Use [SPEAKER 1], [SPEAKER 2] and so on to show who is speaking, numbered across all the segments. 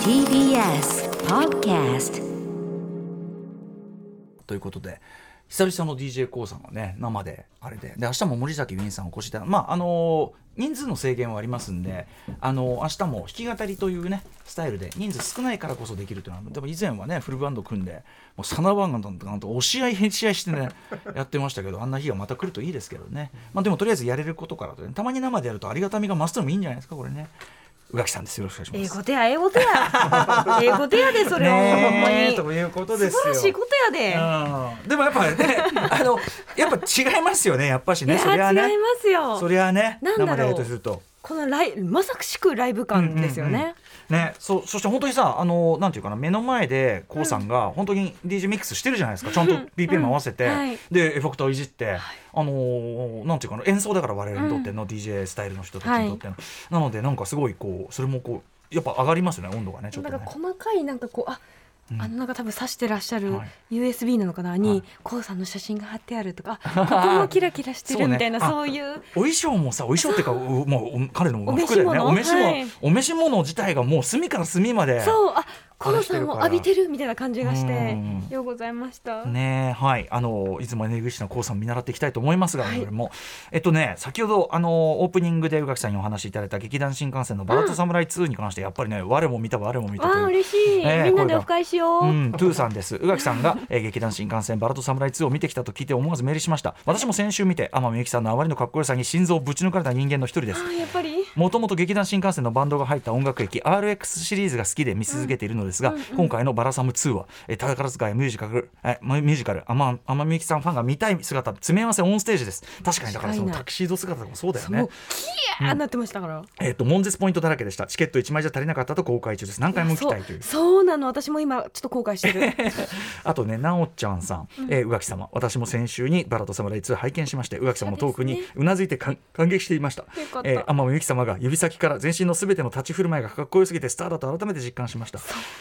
[SPEAKER 1] TBS Podcast
[SPEAKER 2] ということで久々の d j k o さんがね生であれでで明日も森崎ウィンさんお越しいただまああのー人数の制限はありますんで、あのー明日も弾き語りというねスタイルで人数少ないからこそできるというのはでも以前はねフルバンド組んでもうサナバンガンなんとかなんと押し合いへし合いしてね やってましたけどあんな日がまた来るといいですけどね、まあ、でもとりあえずやれることからと、ね、たまに生でやるとありがたみが増すのもいいんじゃないですかこれね宇垣さんですよろしくお願いします。
[SPEAKER 3] 英語でや英語で や英語でやでそれはほんま
[SPEAKER 2] ねえ
[SPEAKER 3] に
[SPEAKER 2] ということで
[SPEAKER 3] 素
[SPEAKER 2] すよ
[SPEAKER 3] 晴らしいことや
[SPEAKER 2] うんでもやっぱ ねあのやっぱ違いますよねやっぱし
[SPEAKER 3] でい
[SPEAKER 2] ね
[SPEAKER 3] や
[SPEAKER 2] そりゃあ
[SPEAKER 3] 違
[SPEAKER 2] ね
[SPEAKER 3] います
[SPEAKER 2] そ
[SPEAKER 3] よ
[SPEAKER 2] りゃあね
[SPEAKER 3] なんだ
[SPEAKER 2] 生
[SPEAKER 3] ろう
[SPEAKER 2] でやるとすると。
[SPEAKER 3] このライまさしくライブ感ですよ
[SPEAKER 2] うんうんうん
[SPEAKER 3] ね
[SPEAKER 2] ね、そうそして本当にさあのなんていうかな目の前でこうさんが本当に DJ ミックスしてるじゃないですかちゃんと BPM 合わせて、
[SPEAKER 3] うんはい
[SPEAKER 2] でエフェクターをいじって、あのーなんていうかな演奏だから我々にとっての DJ スタイルの人たちにとっての、なのでなんかすごいこうそれもこうやっぱ上がりますよね温度がねちょっ
[SPEAKER 3] な
[SPEAKER 2] と
[SPEAKER 3] ん
[SPEAKER 2] ね
[SPEAKER 3] か。細かいなんかこうあ
[SPEAKER 2] うん
[SPEAKER 3] あのなんか多分刺してらっしゃる
[SPEAKER 2] はい
[SPEAKER 3] USB なのかな
[SPEAKER 2] はい
[SPEAKER 3] にこうさんの写真が貼ってある とかあここもキラキラして
[SPEAKER 2] そう
[SPEAKER 3] る
[SPEAKER 2] ね
[SPEAKER 3] みたいな
[SPEAKER 2] あ
[SPEAKER 3] そういう
[SPEAKER 2] お衣装もさお衣装っていうかうもうお彼の
[SPEAKER 3] お
[SPEAKER 2] 服だよねお召
[SPEAKER 3] 召
[SPEAKER 2] し
[SPEAKER 3] し
[SPEAKER 2] 物、
[SPEAKER 3] 物
[SPEAKER 2] お召し物自体がもう隅から隅まで
[SPEAKER 3] そうあ
[SPEAKER 2] あ
[SPEAKER 3] こ
[SPEAKER 2] れ
[SPEAKER 3] う
[SPEAKER 2] してる
[SPEAKER 3] さんを
[SPEAKER 2] から
[SPEAKER 3] 浴びてるみたいな感じがし
[SPEAKER 2] う
[SPEAKER 3] て
[SPEAKER 2] ん
[SPEAKER 3] ようございました
[SPEAKER 2] ねえはいあのいつも NG のコウさん見習っていきたいと思いますが、
[SPEAKER 3] はい
[SPEAKER 2] 我々もえっとね先ほどあのオープニングで宇垣さんにお話しいただいた劇団新幹線の「バラッドサムライ2」に関してやっぱりね我も見た我も見た
[SPEAKER 3] わ
[SPEAKER 2] と
[SPEAKER 3] あ
[SPEAKER 2] いう。
[SPEAKER 3] 嬉しい
[SPEAKER 2] ねえ
[SPEAKER 3] みんな
[SPEAKER 2] これ
[SPEAKER 3] で
[SPEAKER 2] が
[SPEAKER 3] オフ会しよ
[SPEAKER 2] う、
[SPEAKER 3] うん
[SPEAKER 2] トゥーさんです宇垣さんが、えー劇団新幹線バラと侍2を見てきたと聞いて思わずメールしました私も先週見て天海祐希さんのあまりのかっこよさに心臓をぶち抜かれた人間の一人です
[SPEAKER 3] あーやっぱり
[SPEAKER 2] もともと劇団新幹線のバンドが入った音楽劇 RX シリーズが好きで見続けているのですが、今回の「バラサム2は」えー宝塚やミュージカルえミュージカル天天海祐希さんファンが見たい姿詰め合わせオンステージです確かにだからその
[SPEAKER 3] 間違いない
[SPEAKER 2] タキシード姿もそうだよ
[SPEAKER 3] も
[SPEAKER 2] ね
[SPEAKER 3] うキヤーなってましたから
[SPEAKER 2] えっ、と悶絶ポイントだらけでしたチケット1枚じゃ足りなかったと公開中です何回も行き
[SPEAKER 3] そ
[SPEAKER 2] たいという
[SPEAKER 3] うそうなの私も今ちょっと後悔し てる
[SPEAKER 2] あとね、なおちゃんさん、えー、宇垣様、私も先週にバラとサムライ2拝見しまして、宇垣様のトークにうなずいてかん感激していました。
[SPEAKER 3] かった
[SPEAKER 2] えー、天海祐希様が指先から全身のすべての立ち振る舞いがかっこよすぎてスターだと改めて実感しました。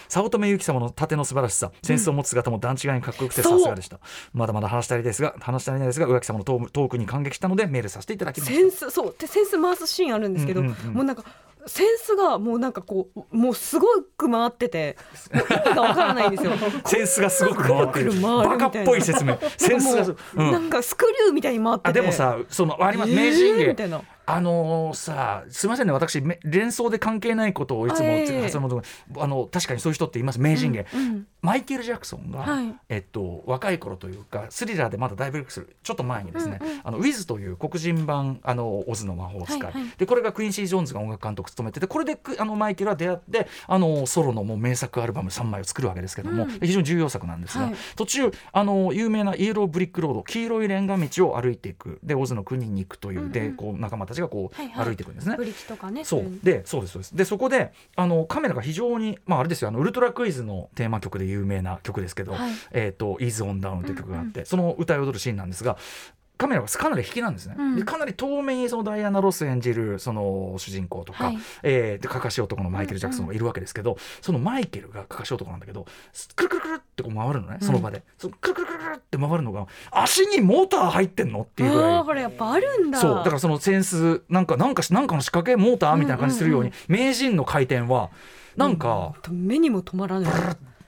[SPEAKER 2] 早乙女由紀様の盾の素晴らしさ、センスを持つ姿も段違いにかっこよくてさ
[SPEAKER 3] そう
[SPEAKER 2] すがでした。まだまだ話したりですが、話したりないですが、宇垣様のトートークに感激したのでメールさせていただきま
[SPEAKER 3] セ
[SPEAKER 2] し
[SPEAKER 3] ンスそうでセンス回すシーンあるんですけど、
[SPEAKER 2] うんうんうん
[SPEAKER 3] もうなんかセンスがもうなんかこうもうすごく回っててもう意味がわからない んですよ
[SPEAKER 2] た。センスがすごく回ってる。
[SPEAKER 3] くるくる回る
[SPEAKER 2] バ
[SPEAKER 3] みたいな
[SPEAKER 2] カっぽい説明。センスがすごい。うん
[SPEAKER 3] なんかスクリューみたいに回ってて
[SPEAKER 2] あでもさそのあります、
[SPEAKER 3] えー
[SPEAKER 2] 名人芸
[SPEAKER 3] みたいな
[SPEAKER 2] あのーさすみませんね私め連想で関係ないことをいつも
[SPEAKER 3] あいえいえ
[SPEAKER 2] 発音のところにあの確かにそういう人っています名人芸、
[SPEAKER 3] うん
[SPEAKER 2] マイケル・ジャクソンが、
[SPEAKER 3] はい
[SPEAKER 2] えっと、若い頃というかスリラーでまだ大ブレイクするちょっと前にですね、
[SPEAKER 3] うんうん
[SPEAKER 2] あのウィズという黒人版あのオズの魔法使い、
[SPEAKER 3] はいはい
[SPEAKER 2] でこれがクインシー・ジョーンズが音楽監督を務めててこれでくあのマイケルは出会ってあのソロのもう名作アルバム3枚を作るわけですけども、
[SPEAKER 3] うん
[SPEAKER 2] 非常に重要作なんですが、
[SPEAKER 3] はい
[SPEAKER 2] 途中あの有名なイエローブリックロード黄色いレンガ道を歩いていくでオズの国に行くという、
[SPEAKER 3] うんうん
[SPEAKER 2] でこう仲間たちがこう
[SPEAKER 3] はいはい
[SPEAKER 2] 歩いていくんですね。
[SPEAKER 3] ブリキとかね
[SPEAKER 2] そう
[SPEAKER 3] いの
[SPEAKER 2] でそうですそうですでそこであのカメラが非常に、まあ、あれですよあのウルトラクイズのテーマ曲で有名な曲ですけど「
[SPEAKER 3] はい
[SPEAKER 2] えー、と Is on Down」という曲があって、その歌い踊るシーンなんですがカメラがかなり引きなんですね、
[SPEAKER 3] うん
[SPEAKER 2] でかなり遠目にそのダイアナ・ロス演じるその主人公とか、
[SPEAKER 3] はい
[SPEAKER 2] えーでかかし男のマイケル・ジャクソンがいるわけですけど、そのマイケルがかかし男なんだけどくるくるくるってこう回るのねその場で、そのくるくるくるくるって回るのが足にモーター入ってんのっていうぐらい
[SPEAKER 3] あーこれやっぱあるんだ
[SPEAKER 2] そうだからそのセンスなんかなんかしなんかの仕掛けモーターみたいな感じするように、名人の回転はなんか、
[SPEAKER 3] 目にも止まらない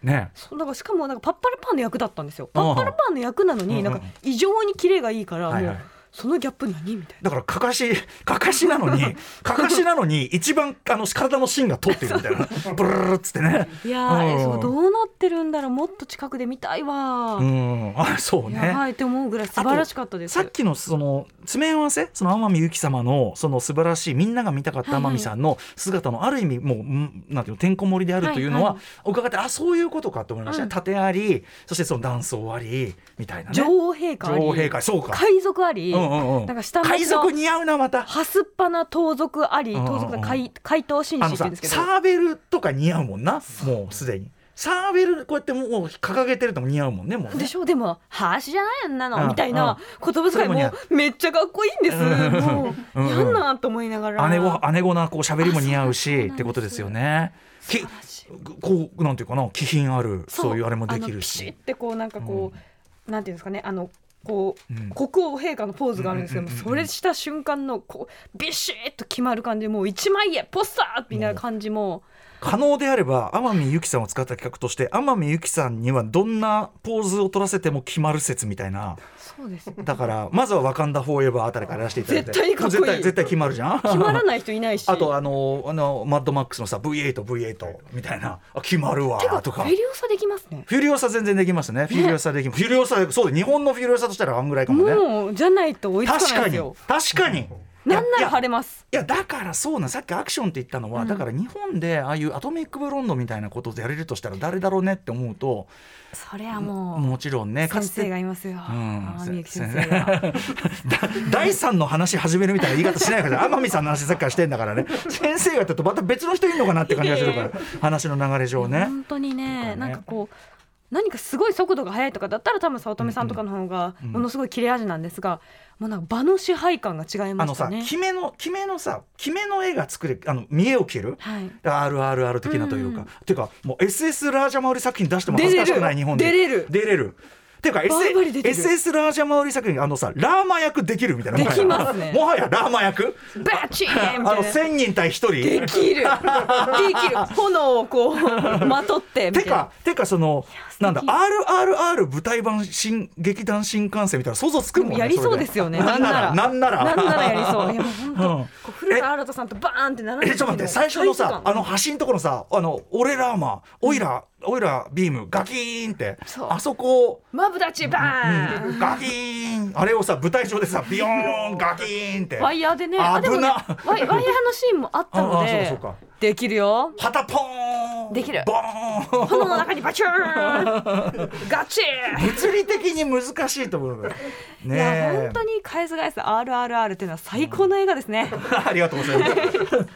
[SPEAKER 2] ね
[SPEAKER 3] そうなんかしかもなんかパッパラパンの役だったんですよパッパラパンの役なの
[SPEAKER 2] うんう
[SPEAKER 3] に
[SPEAKER 2] ん
[SPEAKER 3] なんか異常にキレがいいから
[SPEAKER 2] はい
[SPEAKER 3] も
[SPEAKER 2] はいう
[SPEAKER 3] そのギャップ何みたい
[SPEAKER 2] だ
[SPEAKER 3] な
[SPEAKER 2] からかかしかかしなの にかかしなのに一番あの体の芯が通ってるみたいな ブルルルルっつってね
[SPEAKER 3] いやー、
[SPEAKER 2] うん
[SPEAKER 3] そうどうなってるんだろうもっと近くで見たいわー、
[SPEAKER 2] うんあそうね
[SPEAKER 3] やばいって思うぐらい素晴らしかったです
[SPEAKER 2] さっきのその詰め合わせその天海祐希様のその素晴らしいみんなが見たかった天海さんの姿のある意味もううんなんていうのてんこ盛りであるというの
[SPEAKER 3] は
[SPEAKER 2] はい伺ってあそういうことかと思いましたね
[SPEAKER 3] うん
[SPEAKER 2] 盾ありそしてその断層ありみたいなね
[SPEAKER 3] 女王陛下あり
[SPEAKER 2] 女王陛下そうか
[SPEAKER 3] 海賊あり、
[SPEAKER 2] うんうんうん
[SPEAKER 3] なんか下町の
[SPEAKER 2] 海賊似合うなまた
[SPEAKER 3] はすっぱな盗賊あり
[SPEAKER 2] うんうんうん
[SPEAKER 3] 盗賊の怪怪盗紳
[SPEAKER 2] あの
[SPEAKER 3] 士って言
[SPEAKER 2] さ
[SPEAKER 3] うんですけど
[SPEAKER 2] サーベルとか似合うもんなもうすでにサーベルこうやってもう掲げてるのも似合うもんねもうね
[SPEAKER 3] でしょでも「はしじゃないあんなの」
[SPEAKER 2] うん
[SPEAKER 3] みたいな言葉遣い
[SPEAKER 2] それも似合
[SPEAKER 3] もめっちゃかっこいいんです、
[SPEAKER 2] うん
[SPEAKER 3] もう、
[SPEAKER 2] うん
[SPEAKER 3] やんなと思いながら
[SPEAKER 2] 姉御姉御なこう喋りも似合うしってことですよね。き
[SPEAKER 3] 素晴らしい
[SPEAKER 2] こうなんていうかな気品あるそういうあれもできる
[SPEAKER 3] あのピシ
[SPEAKER 2] し
[SPEAKER 3] ッ。てこうなんかこう、なんていうんですかねあのこう、
[SPEAKER 2] うん
[SPEAKER 3] 国王陛下のポーズがあるんですけ
[SPEAKER 2] う
[SPEAKER 3] ど、
[SPEAKER 2] んうんうんうん
[SPEAKER 3] それした瞬間のこうビシッと決まる感じもう一枚絵ポスターみたいな感じも
[SPEAKER 2] 可能であれば天海祐希さんを使った企画として天海祐希さんにはどんなポーズを取らせても決まる説みたいな
[SPEAKER 3] そうですよ
[SPEAKER 2] だからまずは「ワカンダ・フォーエバー」あたりからやらせていただいて
[SPEAKER 3] 絶対かっこいい
[SPEAKER 2] 絶対絶対決まるじゃん
[SPEAKER 3] 決まらない人いないし
[SPEAKER 2] あとあのあのマッドマックスのさ V8V8 みたいなあ決まるわ
[SPEAKER 3] てか
[SPEAKER 2] とか
[SPEAKER 3] フェリオサできますね
[SPEAKER 2] フュリオサ全然できますねフュリオサできます、フュリオサそうだ日本のフュリオサとしたらあんぐらいかもね
[SPEAKER 3] もうじゃないと追いつ
[SPEAKER 2] 確
[SPEAKER 3] かな
[SPEAKER 2] か
[SPEAKER 3] いです
[SPEAKER 2] に
[SPEAKER 3] よ
[SPEAKER 2] 確かに
[SPEAKER 3] なんないら
[SPEAKER 2] や
[SPEAKER 3] 晴れます
[SPEAKER 2] いやだからそうなんさっきアクションって言ったのは、
[SPEAKER 3] うん
[SPEAKER 2] だから日本でああいうアトミックブロンドみたいなことでやれるとしたら誰だろうねって思うと
[SPEAKER 3] それはも
[SPEAKER 2] もちろんね
[SPEAKER 3] う
[SPEAKER 2] か
[SPEAKER 3] 先
[SPEAKER 2] つ
[SPEAKER 3] 生
[SPEAKER 2] て
[SPEAKER 3] がいますよ
[SPEAKER 2] ん
[SPEAKER 3] 天海祐希先 生が
[SPEAKER 2] 第三の話始めるみたいな言い方しないから天海さんの話さっきからしてんだからね先生がやったとまた別の人いるのかなって感じがするから話の流れ上ね。
[SPEAKER 3] 本当にね
[SPEAKER 2] とかね
[SPEAKER 3] なんかこう何かすごい速度が速いとかだったら多分早乙女さんとかの方が
[SPEAKER 2] うん
[SPEAKER 3] ものすごい切れ味なんですが、もうなんか場の支配感が違い
[SPEAKER 2] あ
[SPEAKER 3] ま
[SPEAKER 2] の
[SPEAKER 3] した
[SPEAKER 2] さ
[SPEAKER 3] ね。
[SPEAKER 2] 決めの決めのさ決めの絵が作れあの見栄を切る
[SPEAKER 3] はい
[SPEAKER 2] RRR 的なというか、
[SPEAKER 3] うん
[SPEAKER 2] ていうかもう SS ラージャマウリ作品出しても恥ずかしくない日本で
[SPEAKER 3] 出れる
[SPEAKER 2] 出れるていうか、
[SPEAKER 3] バリバリ
[SPEAKER 2] SS,
[SPEAKER 3] 出てる
[SPEAKER 2] SS ラージャマウリ作品あのさラーマ役できるみたいな
[SPEAKER 3] できますね
[SPEAKER 2] もはやもはやラーマ役
[SPEAKER 3] バチーンみ
[SPEAKER 2] あ
[SPEAKER 3] た
[SPEAKER 2] の
[SPEAKER 3] いな。
[SPEAKER 2] 1000人対1人
[SPEAKER 3] できる。できる。炎をこう まとってみ
[SPEAKER 2] て
[SPEAKER 3] たいな
[SPEAKER 2] か。てかその
[SPEAKER 3] 敵
[SPEAKER 2] なんだ RRR 舞台版新劇団新幹線みたいな想像つくもんね
[SPEAKER 3] やりそう
[SPEAKER 2] れ
[SPEAKER 3] ですよねなんなら
[SPEAKER 2] なんなら
[SPEAKER 3] なんならやりそう。いやもう本当。
[SPEAKER 2] うん
[SPEAKER 3] こう古田新太さんとバーンってならない
[SPEAKER 2] えちょっと待って最初のさあの
[SPEAKER 3] は
[SPEAKER 2] 橋んところさあの俺ラーマオイラオイラビームガキーンって
[SPEAKER 3] そう
[SPEAKER 2] あそこ
[SPEAKER 3] マブダチバーン。
[SPEAKER 2] ガキーンあれをさ舞台上でさビヨーンガキーンって
[SPEAKER 3] ワイヤーでね。あでも
[SPEAKER 2] 危
[SPEAKER 3] ね
[SPEAKER 2] な
[SPEAKER 3] ワイワイヤーのシーンもあったの
[SPEAKER 2] ああそう
[SPEAKER 3] で
[SPEAKER 2] かそうか
[SPEAKER 3] できるよ。
[SPEAKER 2] 旗ポーン
[SPEAKER 3] できる
[SPEAKER 2] ボーン
[SPEAKER 3] 炎の中にバチューン。ガチーン。
[SPEAKER 2] 物理的に難しいと思うんだよね
[SPEAKER 3] いや本
[SPEAKER 2] え
[SPEAKER 3] 当に返す返す RRR っていうのは最高の映画ですね。
[SPEAKER 2] ありがとうございます。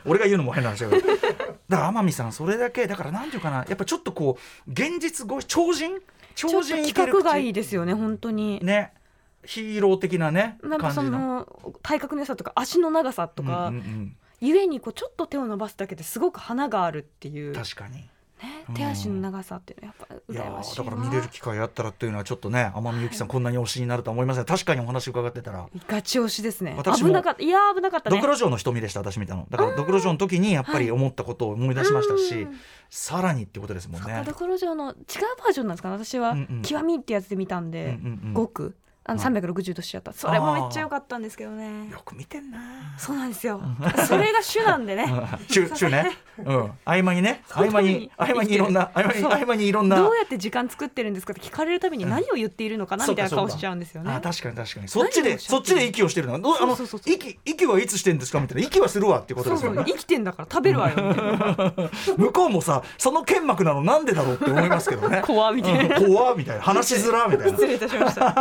[SPEAKER 2] 俺が言うのも変なんですけど。だから天海さんそれだけだからなんていうかなやっぱちょっとこう現実語超人超
[SPEAKER 3] ちょ
[SPEAKER 2] 人
[SPEAKER 3] っと企
[SPEAKER 2] テレ
[SPEAKER 3] 画
[SPEAKER 2] ク
[SPEAKER 3] が
[SPEAKER 2] チ
[SPEAKER 3] いいですよね本当に。
[SPEAKER 2] ねヒーロー的なね
[SPEAKER 3] なんか
[SPEAKER 2] 感じ
[SPEAKER 3] そ
[SPEAKER 2] の。
[SPEAKER 3] の体格の良さとか足の長さとか、
[SPEAKER 2] うんうん
[SPEAKER 3] ゆえにこうちょっと手を伸ばすだけですごく花があるってい
[SPEAKER 2] う
[SPEAKER 3] う、
[SPEAKER 2] ん、
[SPEAKER 3] ね、
[SPEAKER 2] 確かに。うん
[SPEAKER 3] 手足の長さっていうのはやっぱ
[SPEAKER 2] いや
[SPEAKER 3] 羨ましい
[SPEAKER 2] ー
[SPEAKER 3] な
[SPEAKER 2] だから見れる機会あったらっていうのはちょっとね天海祐希さんこんなに推しになるとは思いません、確かにお話伺ってたら。
[SPEAKER 3] ガチ推しですね
[SPEAKER 2] 私も
[SPEAKER 3] 危なかったいやー危なかった
[SPEAKER 2] ド
[SPEAKER 3] ね
[SPEAKER 2] クロ城の瞳でした私見たのだからドクロ城の時にやっぱり思ったことを思い出しましたし、
[SPEAKER 3] うん
[SPEAKER 2] さらにってことですもんね。
[SPEAKER 3] ドクロ城の違うバージョンなんですかね私は
[SPEAKER 2] うんうん
[SPEAKER 3] 「極み」ってやつで見たん
[SPEAKER 2] うん
[SPEAKER 3] で
[SPEAKER 2] うんうん
[SPEAKER 3] ごくあの
[SPEAKER 2] はい
[SPEAKER 3] 360度しちゃったそれもめっちゃ良かったんですけどね
[SPEAKER 2] よく見てん な
[SPEAKER 3] そうなんですよそれが主なんでね
[SPEAKER 2] 週週ね、うん、合間にね、合
[SPEAKER 3] 本
[SPEAKER 2] 間
[SPEAKER 3] 当
[SPEAKER 2] に
[SPEAKER 3] に
[SPEAKER 2] 合間にいろんな合間に
[SPEAKER 3] そう
[SPEAKER 2] 合間にいろんな。
[SPEAKER 3] どうやって時間作ってるんですかって聞かれるたびに何を言っているのかな
[SPEAKER 2] そう
[SPEAKER 3] み
[SPEAKER 2] か
[SPEAKER 3] たいな顔
[SPEAKER 2] そうか
[SPEAKER 3] しちゃうんですよね
[SPEAKER 2] あ確かに確かにそっち
[SPEAKER 3] 何
[SPEAKER 2] で
[SPEAKER 3] をおっしゃ
[SPEAKER 2] そ
[SPEAKER 3] っ
[SPEAKER 2] ってちで息をしてるのどうあの
[SPEAKER 3] そうそうそうそう
[SPEAKER 2] 息息はいつしてんですかみたいな息はするわってこと
[SPEAKER 3] そ
[SPEAKER 2] で
[SPEAKER 3] う
[SPEAKER 2] す
[SPEAKER 3] そ
[SPEAKER 2] よ
[SPEAKER 3] う
[SPEAKER 2] ね
[SPEAKER 3] 生きてんだから食べるわよみたい な
[SPEAKER 2] 向こうもさその剣幕なのなんでだろうって思いますけどね
[SPEAKER 3] 怖みたいな
[SPEAKER 2] うん怖っみたいな話しづらみ たいな
[SPEAKER 3] 失礼いたしました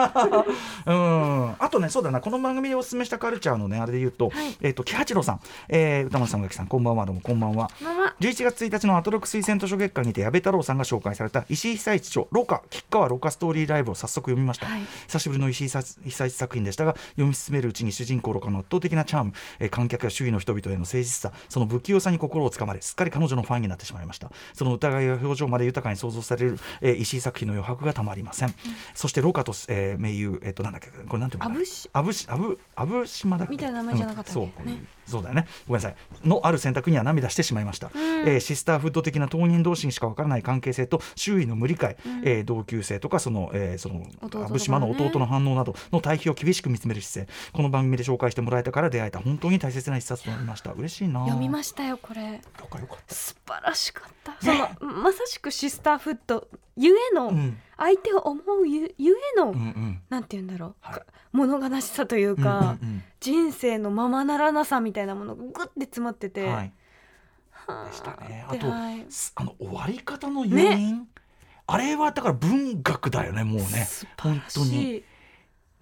[SPEAKER 2] うん、あとね、そうだな、この番組でおすすめしたカルチャーのね、あれで言うと、えっ、と、喜八郎さん、えー、歌丸さん、宇垣さん、こんばんは、どうも、こんばんは。
[SPEAKER 3] まあまあ
[SPEAKER 2] 11月1日のアトロック推薦図書月間にて矢部太郎さんが紹介された石井久一著「ろ過吉川ろ過ストーリーライブ」を早速読みました、
[SPEAKER 3] はい
[SPEAKER 2] 久しぶりの石井さ久一作品でしたが読み進めるうちに主人公ろ過の圧倒的なチャーム、えー観客や周囲の人々への誠実さその不器用さに心をつかまれすっかり彼女のファンになってしまいましたその疑いや表情まで豊かに想像される、えー石井作品の余白がたまりません、そしてろ過と、えー、名優、えー、となんだっけこれなんていうのかな
[SPEAKER 3] アブシ
[SPEAKER 2] アブシアブアブ島だっけ
[SPEAKER 3] みたいな名前じゃなかったっけ
[SPEAKER 2] うんそう
[SPEAKER 3] ね
[SPEAKER 2] そうだよねごめんなさいのある選択には涙してしまいました、えーシスターフッド的な当人同士にしか分からない関係性と周囲の無理解、えー同級生とかその,、えーその
[SPEAKER 3] 弟とかね
[SPEAKER 2] 阿武島の弟の反応などの対比を厳しく見つめる姿勢この番組で紹介してもらえたから出会えた本当に大切な一冊となりました嬉しいな
[SPEAKER 3] 読みましたよこれ
[SPEAKER 2] よかよか
[SPEAKER 3] 素晴らしかったそのまさしくシスターフットゆえの、
[SPEAKER 2] うん
[SPEAKER 3] 相手を思うゆゆえ
[SPEAKER 2] うん
[SPEAKER 3] の、
[SPEAKER 2] うん
[SPEAKER 3] なんて言うんだろう、
[SPEAKER 2] はい
[SPEAKER 3] 物悲しさというか、
[SPEAKER 2] うんうん
[SPEAKER 3] 人生のままならなさみたいなものがグッて詰まって
[SPEAKER 2] うん
[SPEAKER 3] て、
[SPEAKER 2] はい
[SPEAKER 3] はあ
[SPEAKER 2] でしたね
[SPEAKER 3] で
[SPEAKER 2] あと
[SPEAKER 3] はい
[SPEAKER 2] すあの終わり方の余韻、あれはだから文学だよねもうね
[SPEAKER 3] 素晴
[SPEAKER 2] 本
[SPEAKER 3] ら
[SPEAKER 2] 当に
[SPEAKER 3] しい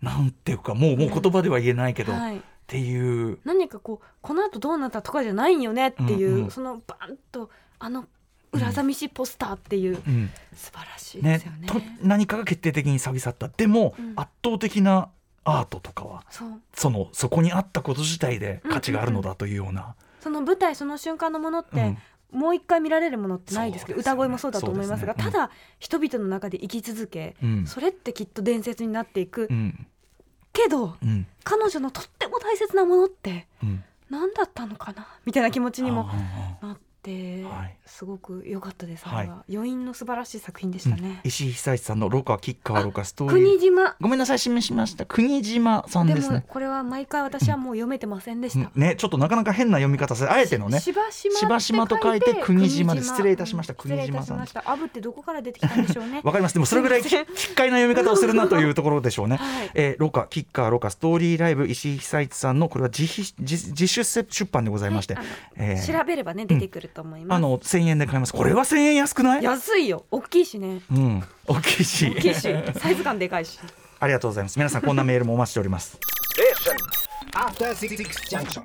[SPEAKER 2] なんていうかもうもう言葉では言えないけど、っ
[SPEAKER 3] はい、
[SPEAKER 2] ていう
[SPEAKER 3] 何かこうこの後どうなったとかじゃないよねっていう、
[SPEAKER 2] うんうん
[SPEAKER 3] そのバンとあの裏寂しいポスターっていう、
[SPEAKER 2] うん
[SPEAKER 3] 素晴らしいで
[SPEAKER 2] ね
[SPEAKER 3] すよね。
[SPEAKER 2] と何かが決定的に錆び去ったでも、
[SPEAKER 3] うん
[SPEAKER 2] 圧倒的なアートとかは
[SPEAKER 3] そう
[SPEAKER 2] そのそこにあったこと自体で価値があるのだというような、
[SPEAKER 3] その舞台その瞬間のものって、もう一回見られるものってないですけど
[SPEAKER 2] そうですよね
[SPEAKER 3] 歌声もそうだと思います
[SPEAKER 2] そう
[SPEAKER 3] が
[SPEAKER 2] ですね
[SPEAKER 3] ただ人々の中で生き続け、
[SPEAKER 2] うん
[SPEAKER 3] それってきっと伝説になっていく
[SPEAKER 2] うん
[SPEAKER 3] けど
[SPEAKER 2] うん
[SPEAKER 3] 彼女のとっても大切なものって
[SPEAKER 2] うん
[SPEAKER 3] 何だったのかなみたいな気持ちにも
[SPEAKER 2] あ
[SPEAKER 3] なって、
[SPEAKER 2] はい
[SPEAKER 3] すごく良かったです、
[SPEAKER 2] はい
[SPEAKER 3] あれは余韻の素晴らしい作品で
[SPEAKER 2] ー
[SPEAKER 3] した
[SPEAKER 2] う
[SPEAKER 3] ね
[SPEAKER 2] ん、石井久志さんの「ロカキッカーロカストーリー
[SPEAKER 3] 国」島
[SPEAKER 2] ごめんなさい示しました国島さん
[SPEAKER 3] で
[SPEAKER 2] です
[SPEAKER 3] も
[SPEAKER 2] ね
[SPEAKER 3] これは毎回私はもう読めてませんでした、
[SPEAKER 2] ねちょっとなかなか変な読み方するあえてのね
[SPEAKER 3] しばし
[SPEAKER 2] しば
[SPEAKER 3] ま
[SPEAKER 2] しまと書いて国島です失礼いたしました国島さん
[SPEAKER 3] 失礼いたしましたアブってどこから出てきたんでしょうね
[SPEAKER 2] わかりますでもそれぐらいき
[SPEAKER 3] すいま
[SPEAKER 2] 奇怪な読み方をするなというところでしょうね。
[SPEAKER 3] はい
[SPEAKER 2] えー、ロカキッカーロカストーリーライブ石井久一さんのこれは自費自自主出版でございまして、
[SPEAKER 3] はい
[SPEAKER 2] えー
[SPEAKER 3] 調べればね出てくると思いま
[SPEAKER 2] あ
[SPEAKER 3] す、
[SPEAKER 2] の1000円で買えますこれは1000円安くない
[SPEAKER 3] 安いよ大きいしね
[SPEAKER 2] うん大きいし
[SPEAKER 3] 大き いしサイズ感でかいし
[SPEAKER 2] ありがとうございます皆さんこんなメールもお待ちしております
[SPEAKER 1] After Six Junction.